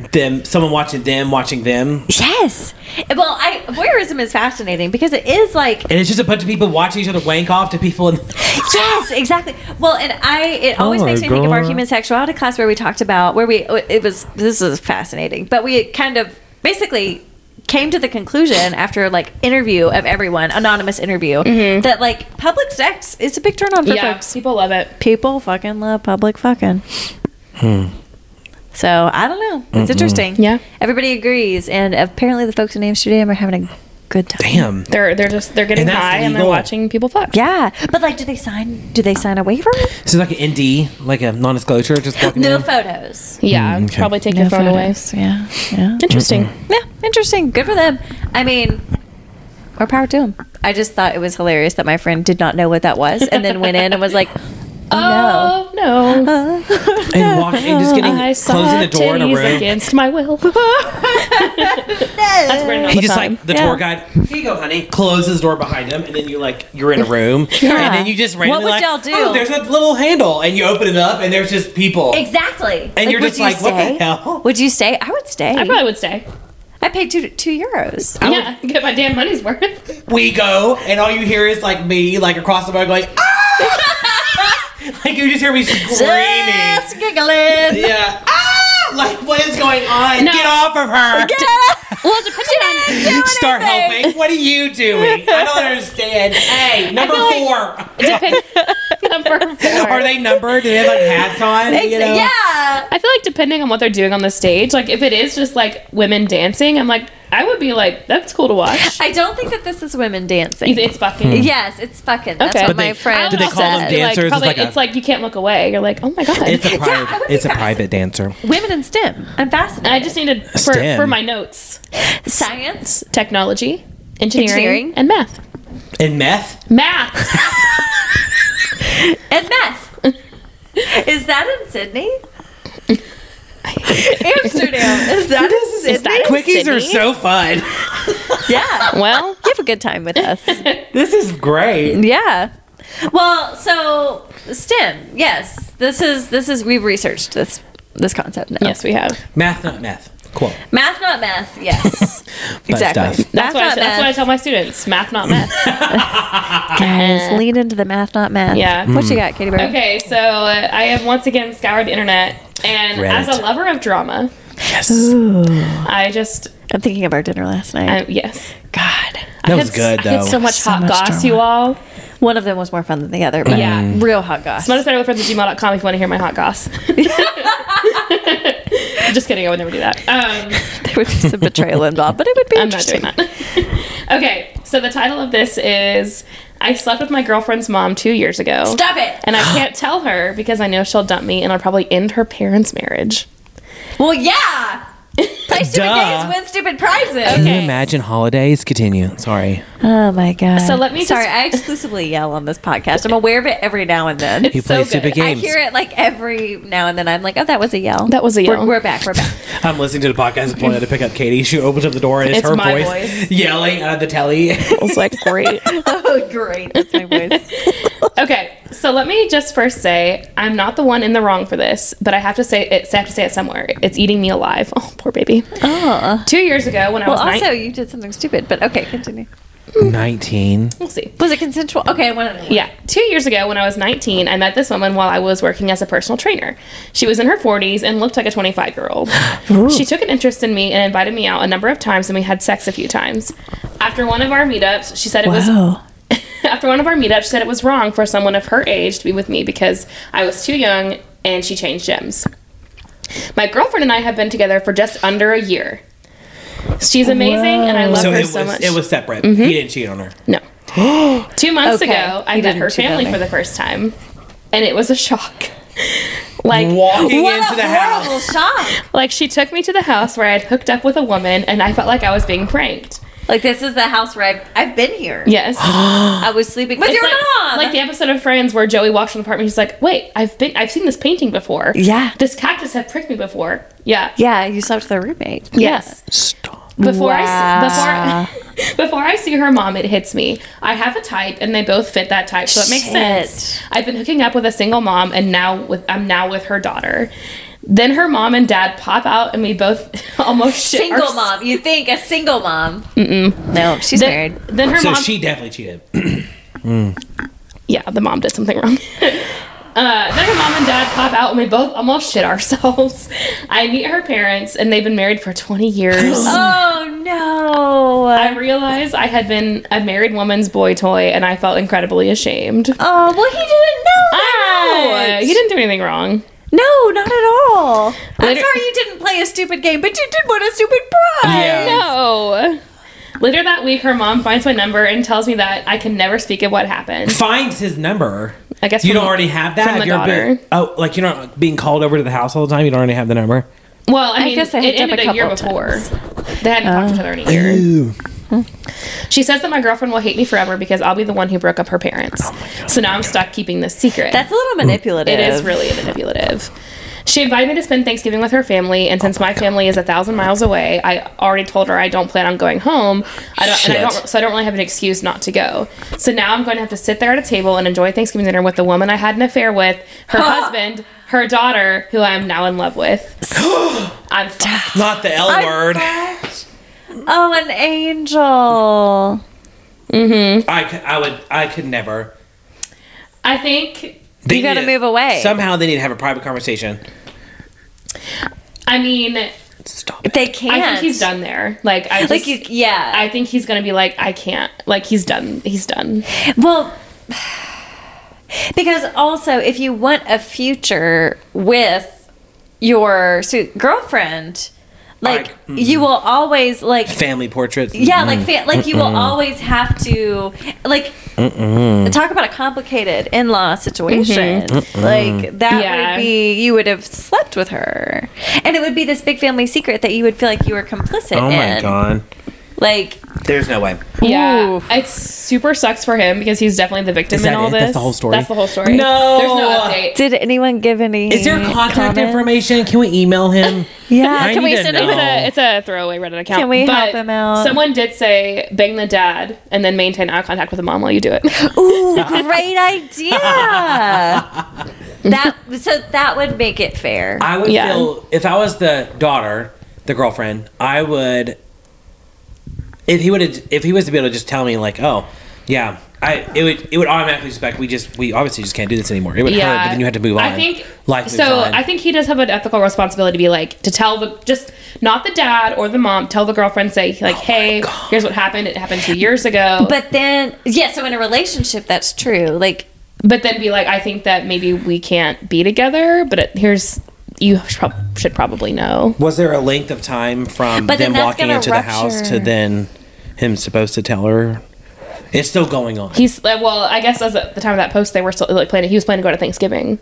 like them, someone watching them, watching them,
Yes. Well, I voyeurism is fascinating because it is like
and it's just a bunch of people watching each other wank off to people. In-
yes, exactly. Well, and I it always
Oh
makes
my
me think of our
God.
human sexuality class where we talked about where we uh, it was this is fascinating, but we kind of basically came to the conclusion after like interview of everyone anonymous interview that like public sex is a big turn on for
yeah,
folks.
people love it.
people fucking love public fucking.
Hmm.
So I don't know. It's interesting.
Yeah.
Everybody agrees, and apparently the folks in Amsterdam are having a good time.
Damn.
They're they're just they're getting
And that's
high and they're
legal.
watching people fuck.
Yeah, but like, do they sign? Do they sign a waiver?
This is like an ND, like a non-disclosure. Just walking in. Mm,
photos.
Yeah, probably take your phone away.
Yeah, yeah,
Interesting.
yeah. Interesting. Good for them. I mean, more power to them. I just thought it was hilarious that my friend did not know what that was, and then went in and was like, "Oh
Oh no.
and walking and just getting
I saw
closing the door in a
titties
room.
against my will. That's Brandon all
He
the
just
time.
like the tour guide. Here you go, honey. Closes the door behind him, and then you like you're in a room, and then you just randomly
would
like,
y'all do?
oh, there's a little handle, and you open it up, and there's just people.
no!" Exactly. And
you're just like, what the hell?
Would you stay? I would stay.
I probably would stay.
I paid two two euros.
would-
yeah, get my damn money's worth.
We go, and all you hear is like me, like across the bar, going, ah! like you just hear me screaming.
Just giggling.
yeah. Ah! Like what is going on?
No.
Get off of her.
well, depending on
Start
anything.
helping. What are you doing? I don't understand. Hey, number
feel like-
four.
number four.
Are they numbered? Do they have like hats on? you know?
Yeah.
I feel like depending on what they're doing on the stage, like if it is just like women dancing, I'm like, I would be like, that's cool to watch.
I don't think that this is women dancing.
It's fucking.
Yes, it's fucking. That's
Okay. But
what my
they-
friend
do they call them
said.
dan- dancers? It's
Like, probably,
like a-
it's like you can't look away. You're like, oh my god.
It's a
Yeah,
private.
I would
it's a
think that's-
private dancer.
Women in STEM. I'm fascinated.
I just needed for,
STEM.
for my notes
science.
technology, engineering,
Engineering.
and math.
And meth.
Math.
And math. is that in Sydney? Amsterdam. Is that in Sydney?
Is that in
Quickies are
Sydney?
so fun.
yeah.
Well,
Have a good time with us.
This is great.
yeah. Well, so STEM. Yes. This is this is we've researched this this concept now.
yes, we have.
Math, not meth. Cool.
Math, not math. Yes. exactly.
stuff.
That's,
Math,
what, I,
not
that's what I
math.
tell my students. Math, not math.
Guys, lean into the math, not math.
Yeah. Mm.
What you got, Katie? Bird?
Okay, so uh, I have once again scoured the internet, and
Reddit.
as a lover of drama,
Yes.
I just
I'm thinking of our dinner last night.
I, yes,
God.
I
That was
had
good
s- I
though.
had so much
So
hot
much
goss,
drama.
you all.
One of them was more fun than the other. But
Yeah.
Real hot goss.
Let us know friends at gmail.com if you want to hear my hot goss. just kidding, I would never do that. Um,
would be some betrayal involved, but it would be
I'm not
interesting.
doing that. okay, so the title of this is I slept with my girlfriend's mom two years ago.
Stop it!
And I can't tell her because I know she'll dump me and I'll probably end her parents' marriage.
Well, yeah. Play stupid
Duh.
games, win stupid prizes.
Okay.
Can you imagine holidays? Continue. Sorry.
Oh my god.
So let me
Sorry,
just-
I exclusively yell on this podcast. I'm aware of it every now and then.
He
So
plays stupid
good.
I
games.
hear it like every now and then. I'm like, oh, that was a yell.
That was a
We're-
yell.
We're, back. We're back.
I'm listening to the podcast and pointing to pick up Katie. She opens up the door and it's,
It's
her
my
voice,
voice.
yelling out of the telly.
I was like, great.
oh, great. That's my voice.
okay, so let me just first say I'm not the one in the wrong for this, but I have to say it. I have to say it somewhere. It's eating me alive. Oh, poor baby.
Oh.
Two years ago, when I
Well,
was nine-
also, you did something stupid, but okay, continue.
19.
we'll see.
Was it consensual? Okay, I want to know.
Yeah. Two years ago, when I was 19, I met this woman while I was working as a personal trainer. She was in her 40s and looked like a 25 year old. she took an interest in me and invited me out a number of times, and we had sex a few times. After one of our meetups, she said it was. After one of our meetups, she said it was wrong for someone of her age to be with me because I was too young and she changed gyms. My girlfriend and I have been together for just under a year. She's amazing and I love
So
her
it was,
so much. Mm-hmm.
it was separate. He didn't cheat on her.
No. Two months
Okay.
ago, I
You
met
didn't
her
cheat on
family
me.
for the first time, and it was a shock. like,
Walking
What
into
a
the
horrible
house.
shock.
like she took me to the house where I had hooked up with a woman, and I felt like I was being pranked.
Like, this is the house where I've, I've been here.
Yes,
I was sleeping with
It's
your
like,
mom.
Like the episode of Friends where Joey walks in the apartment, he's like, "Wait, I've been, I've seen this painting before.
Yeah.
this cactus had pricked me before. Yeah,
yeah, you slept with a roommate.
yes."
Stop.
Before
Wow.
I s- before before I see her mom, it hits me. I have a type, and they both fit that type, so it makes
Shit.
sense. I've been hooking up with a single mom, and now with I'm now with her daughter. Then her mom and dad pop out, and we both almost shit
Single
our-
mom. You think a single mom? Mm-mm. No, she's married.
Then, then her
So
mom,
she definitely cheated.
yeah, the mom did something wrong. Uh, then her mom and dad pop out, and we both almost shit ourselves. I meet her parents, and they've been married for 20 years.
Oh no!
I realized I had been a married woman's boy toy, and I felt incredibly ashamed.
oh well, he didn't know.
Oh,
that.
he didn't do anything wrong.
No, not at all. I'm
Later-
sorry you didn't play a stupid game, but you did win a stupid prize.
Yeah.
No. Later that week, her mom finds my number and tells me that I can never speak of what happened.
Finds his number.
I guess
You
from-
don't already have that.
from the
You're
daughter.
being- oh, like you're not being called over to the house all the time. You don't already have the number.
Well, I mean,
guess I
it
hooked up
ended
a
a, year
couple
before. They hadn't talked to each other in a year.
Oh.
She says that my girlfriend will hate me forever because I'll be the one who broke up her parents. so now I'm stuck keeping this secret.
That's a little
Mm.
manipulative.
It is really manipulative. She invited me to spend Thanksgiving with her family, and since my family is a thousand miles away, I already told her I don't plan on going home. I don't, and I
Shit.
don't, so I don't really have an excuse not to go. So now I'm going to have to sit there at a table and enjoy Thanksgiving dinner with the woman I had an affair with, her husband, her daughter, who I am now in love with. I'm fucked.
Not the L
I'm
word.
fucked. Oh, an angel.
I, could, I would. I could never.
I think.
They
You gotta
need
move away.
Somehow they need to have a private conversation.
I mean,
Stop. It.
They can't.
I think he's done there. Like I just.
Like you, yeah.
I think he's gonna be like, I can't. Like he's done. He's done.
Well, because also, if you want a future with your so girlfriend, like
I- mm.
you will always like.
Family portraits.
yeah, like fa- like you will always have to like talk about a complicated in law situation. Like that
Yeah.
would be you would have slept with her, and it would be this big family secret that you would feel like you were complicit
Oh my
in.
god.
Like
There's no way.
Yeah,
Ooh.
it super sucks for him because he's definitely the victim
Is
in
that
all
it?
this.
That's the whole story?
That's the whole story.
No.
there's no update.
did anyone give any?
Is there contact
comments?
information? Can we email him?
Yeah,
I
can we
need to
send
know.
him
It's a, it's a throwaway Reddit account.
Can we help him out?
Someone did say bang the dad and then maintain eye contact with the mom while you do it.
Ooh, great idea. that so that would make it fair.
I would
Yeah.
feel if I was the daughter, the girlfriend, I would. If he would, if he was to be able to just tell me like, oh, yeah, I it would it would automatically just be like we just we obviously just can't do this anymore. It would hurt, but then you had to move on.
I think
life. Moves
so.
on.
I think he does have an ethical responsibility to be like to tell the just not the dad or the mom. Tell the girlfriend, say
Oh
like, hey, here's what happened. It happened two years ago.
But then, yeah. So in a relationship, that's true. Like,
but then be like, I think that maybe we can't be together. But it, here's you should, prob- should probably know.
Was there a length of time from
But
them
then that's
walking
gonna
into the house to
rupture.
then him supposed to tell her? It's still going on.
He's uh, well, I guess as at the time of that post, they were still like planning. He was planning to go to Thanksgiving.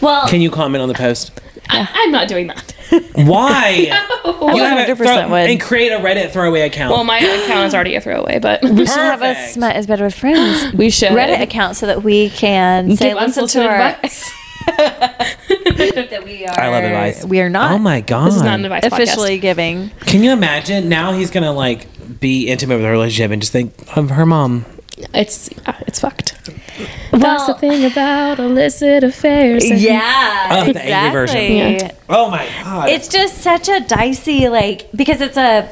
Well,
Can you comment on the post?
I, I'm not doing that.
Why? you
would
have it
100%
throw-
would.
and create a Reddit throwaway account.
well, my account is already a throwaway, but
we should have a
Perfect.
smut is better with friends
we should
Reddit account so that we can say
Give
listen to
unsolicited
our
advice.
that we are.
I love advice.
uh, We are not.
Oh my god!
This is not an advice
officially
podcast.
giving.
Can you imagine? Now he's gonna like be intimate with her relationship and just think of her mom.
It's uh, it's fucked.
Well-
That's the thing about illicit affairs.
Yeah,
Oh, the angry version.
Yeah.
Oh my god!
It's just such a dicey like because it's a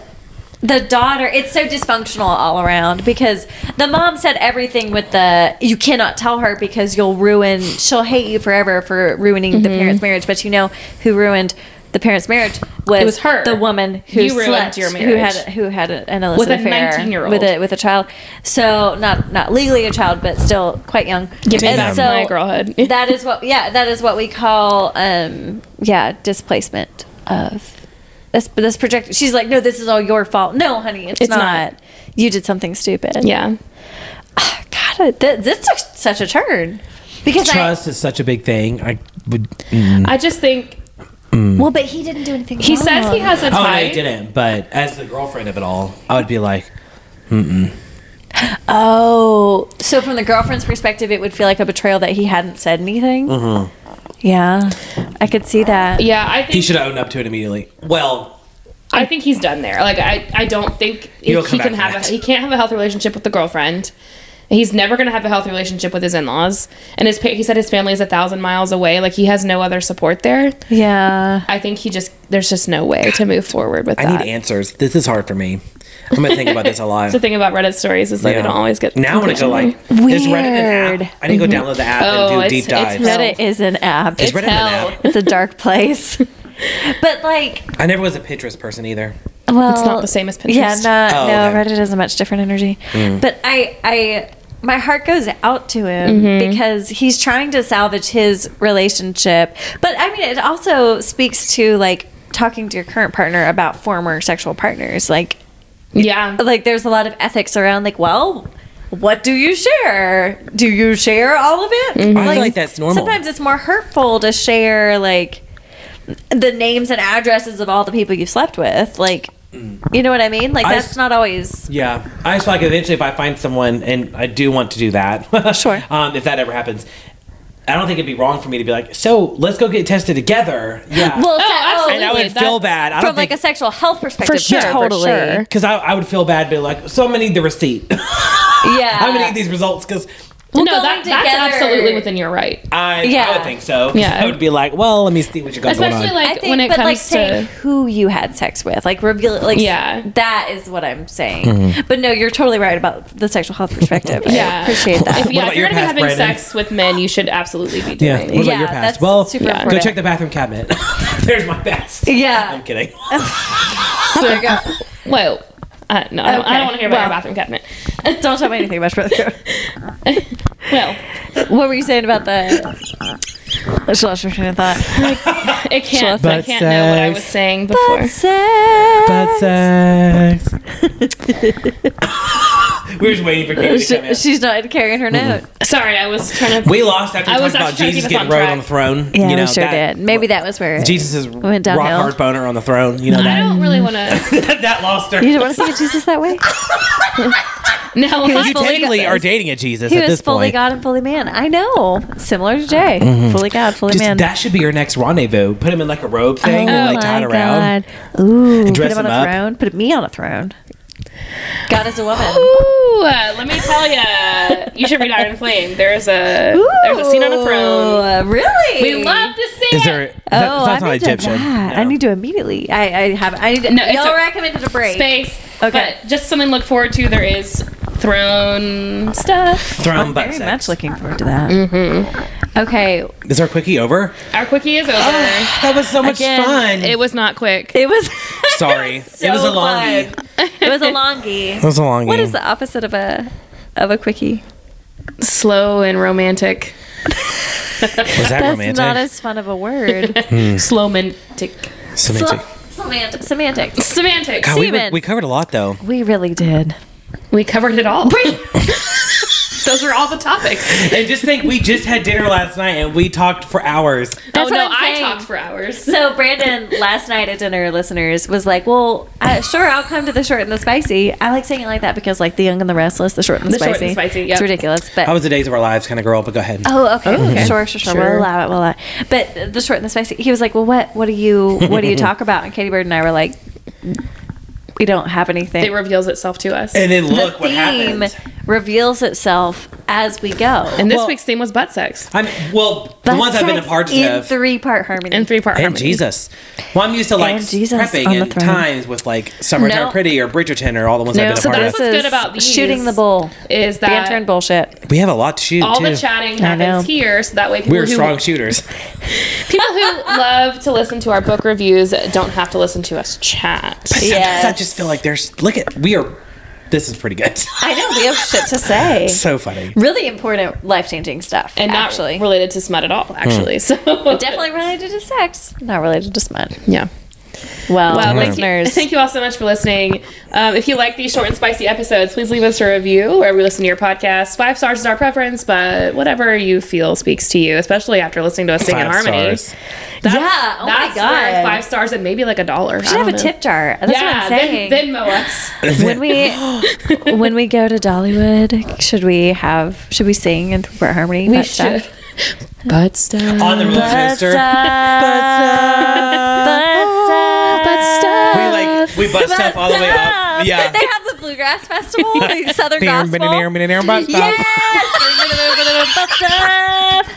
the daughter it's so dysfunctional all around because the mom said everything with the you cannot tell her because you'll ruin she'll hate you forever for ruining the
Mm-hmm.
parents marriage but you know who ruined the parents marriage was,
It was her.
the woman who
You ruined
slept,
your
who
marriage.
had who had an illicit
With a
affair
19-year-old.
with a with a child so not not legally a child but still quite young
Give me
And
back
so
my girlhood.
that is what yeah that is what we call um yeah displacement of this this project she's like no this is all your fault no honey it's,
It's
not.
not.
you did something stupid
yeah.
god I- th- this took such a turn because
Trust is such a big thing. I would.
I just think
I, well but he didn't do anything
he says he has a
Oh, no, I
type.
didn't. But as the girlfriend of it all, I would be like,
oh so from the girlfriend's perspective it would feel like a betrayal that he hadn't said anything
Mm-hmm.
yeah i could see that
yeah, I
he
think
should have owned up to it immediately. Well,
I think he's done there. Like I, I don't think he
You'll come back
can
to
have a,
that.
he can't have a healthy relationship with the girlfriend. He's never going to have a healthy relationship with his in-laws, and his pa- he said his family is a thousand miles away. Like he has no other support there.
yeah
I think he just there's just no way to move forward with
I
that.
need answers. This is hard for me. I'm gonna think about this a lot.
That's the thing about Reddit stories is that
Yeah.
they don't always get
now. I want to go like is Reddit an
Weird.
app? I need to go download the app
Oh,
and do
it's-
deep
it's
dives.
Reddit.
reddit is an app
Is
it's,
Reddit an
hell.
app?
it's a dark place but like
I never was a Pinterest person either.
well,
It's not the same as Pinterest.
Yeah, not,
Oh,
no,
okay. Mm.
Reddit is a much different energy. But I, I, my heart goes out to him
Mm-hmm.
because he's trying to salvage his relationship. But I mean, it also speaks to like talking to your current partner about former sexual partners. Like,
yeah.
like there's a lot of ethics around. Like, well. What do you share? Do you share all of it?
Mm-hmm. I feel like that's normal.
Sometimes it's more hurtful to share like the names and addresses of all the people you've slept with. Like, you know what I mean? Like
Mm. I
that's
s-
not always.
Yeah, I just feel like eventually, if I find someone, and I do want to do that,
Sure.
um, if that ever happens, I don't think it'd be wrong for me to be like, so let's go get tested together. Yeah,
Oh,
Well, oh,
absolutely.
and I would feel
that's-
bad. I don't
from like a sexual health perspective,
sure, for
totally.
sure.
because I, I would feel bad, be like, so I'm gonna need the receipt.
Yeah,
I'm gonna need these results because
no,
going
that,
together-
that's absolutely within your right.
I, I
Yeah.
would think so.
Yeah.
I would be like, well, let me see what you got
Especially
going on.
I
like
think,
when it
but
comes
like
to
saying who you had sex with, like reveal, like
Yeah.
that is what I'm saying.
Mm-hmm.
But no, you're totally right about the sexual health perspective. I
Yeah.
appreciate that.
if, yeah,
about
if you're
your
going to be
past,
having
Brandon?
sex with men, you should absolutely be
yeah,
doing.
what about
Yeah,
your past?
that's
well,
super
Yeah.
go
important.
check the bathroom cabinet. There's my past.
Yeah.
I'm kidding.
Whoa. Uh, no, I don't, I
Okay.
don't want to hear about
Well.
your bathroom cabinet.
Don't tell me anything about brother.
Well,
what were you saying about the? That's lost your train of thought.
it can't. I
But
can't know what I
sex.
was saying before.
But sex. we were just waiting for Katie to come in.
She's not carrying her note.
Sorry, I was trying to.
We lost after we
I was
talked about
actually trying to
Jesus
keep us
getting rode
on track.
on the throne.
Yeah,
you know,
we sure did. Maybe that was where it
Jesus' rock
went downhill.
hard boner on the throne. You know
I
that
don't really want to.
that lost her.
You
You
don't want to see a Jesus that way.
No,
was fully-
technically
got
are
this.
dating a Jesus
He
at
was
this
fully
point. Mm-hmm.
God and fully man. I know, similar to Jay, fully God, fully
Just-
man. Oh
that should be your next rendezvous. Put him in like a robe thing and like tied around.
God. Ooh,
dress
put him
him
on
up.
a throne. Put me on a throne. God is a woman.
Ooh, uh, let me tell ya. You should read Iron Flame. There's a there's a scene on a throne.
Ooh, Really?
We love to see
Is
it.
there? That,
Oh,
that's
I
not
need to,
Egyptian.
that.
No.
I need to immediately. I, I have. I need to.
No, it's
y'all
a-
recommended a break.
space.
Okay.
But just something to look forward to. There is throne stuff. Mm-hmm.
throne butt
Very
sex.
much looking forward to that. Okay,
Is our quickie over?
Our quickie is over.
Oh.
That was so much
Again,
fun.
It was not quick.
it was.
Sorry,
so
it was a E.
fun.
longie.
It was a longie.
It was a longie.
What is the opposite of a of a quickie?
Slow and romantic.
Was that
That's
romantic?
not as fun of a word.
Hmm.
Slomantic.
Semantic.
Semantic. Semantics.
Semantics.
God, Oh, we, were-
semen.
we covered a lot though.
We really did.
We covered it all. Those are all the topics.
And just think, we just had dinner last night and we talked for hours.
That's
oh
what
no,
I'm
I
saying.
talked for hours.
So Brandon last night at dinner, listeners was like, "Well, uh, sure, I'll come to the short and the spicy." I like saying it like that because, like, the young and the restless, the short and the,
The
spicy,
short and the spicy, yep.
it's ridiculous. But
I was a days of our lives kind of girl, but go ahead.
Oh, okay.
okay.
Sure, sure, sure,
Sure.
We'll allow it. We'll allow it. But the short and the spicy. He was like, "Well, what? What do you? What do you talk about?" And Katie Bird and I were like, "We don't have anything."
It reveals itself to us.
And then
the
look what
theme
happened.
reveals itself as we go.
and this
well-
week's theme was butt sex
I'm well. the
Butt
ones I've been a
sex
part
in
of.
three-part harmony.
and three part
and Jesus. Well, I'm used to like
And Jesus
prepping
on the
and
throne.
times with like Summertime
No.
Pretty or Bridgerton or all the ones I've
No,
been a
so
part
that's
of.
this
what's good
is
about these.
shooting the bull.
is that
Banter and bullshit.
We have a lot to shoot
all
too.
the chatting
I know.
happens here, so that way people
We're
who
strong shooters.
people who love to listen to our book reviews don't have to listen to us chat.
Sometimes I
Yes.
just feel like there's look at we are. This is pretty good.
I know we have shit to say.
so funny.
Really important, life-changing stuff.
And not
actually,
related to smut at all,
Hmm.
actually. So
definitely related to sex, not related to smut.
yeah.
Well,
Well, thank you,
listeners,
thank you all so much for listening. Um, if you like these short and spicy episodes, please leave us a review wherever you listen to your podcast. Five stars is our preference, but whatever you feel speaks to you, especially after listening to us sing in
Five
harmony.
stars.
That's,
Yeah, oh my
that's
God.
Where five stars and maybe like a dollar.
We should have a tip jar. That's what
yeah,
I'm saying.
then, then Venmo us.
when we when we go to Dollywood, should we have should we sing in three part harmony? We
should. Butt stuff.
On the roof,
But
mister. We like we bust stuff all the way up. Yeah.
They have the bluegrass festival, the Southern Gospel.
Until
Yes. Butt stuff.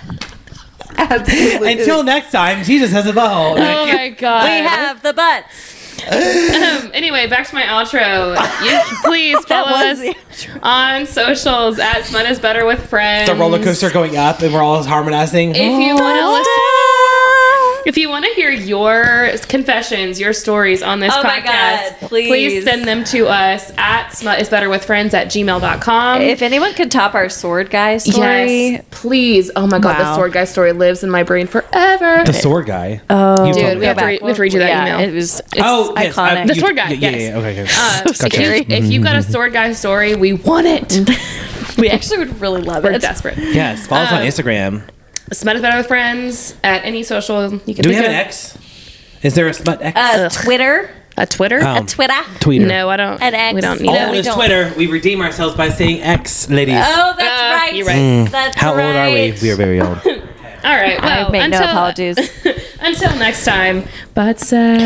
Absolutely.
next time, Jesus has a bow.
Oh my god.
we have the butts.
um, Anyway, back to my outro. You, please follow
was
us on socials at Smut is Better with Friends.
The roller coaster going up, and we're all harmonizing.
If you want
Oh.
to listen. If you want to hear your confessions, your stories on this
Oh my
podcast,
God,
please.
please.
send them to us at smut is better with friends at gmail.com.
If anyone could top our sword guy story,
yes, please. Oh my God, the
Wow.
sword guy story lives in my brain forever.
the sword guy.
Oh,
You told
Dude,
me
we have,
that.
to re- we have to read you that
yeah,
email.
It was it's
Oh, yes, I-
iconic.
The
you-
sword guy,
Yeah, yeah,
yes.
yeah, okay, okay.
Uh, if, you,
scary.
if you got a sword guy story, we want it.
we actually would really love
We're
it.
desperate.
Yes, follow
Uh,
us on Instagram.
Smut is better with friends at any social. You can
Do we
think
have an
of-
X? Is there a smut X?
Uh,
Ugh.
Twitter,
A Twitter?
Um,
Twitter.
Tweeter.
no, I don't.
An X.
We don't need
All
No,
that.
on
we
this
don't.
Twitter, we redeem ourselves by saying X, ladies.
Oh, that's
Uh,
right.
you're right.
That's
Mm. How
right.
old are we? We are very old.
All right. Well,
I make
until,
no apologies.
until next time. But uh, sex.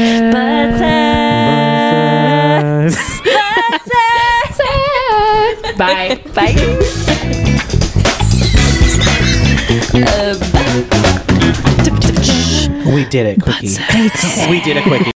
uh,
Uh, Bye.
Bye. Uh,
we did it, quickie. We did it, quickie.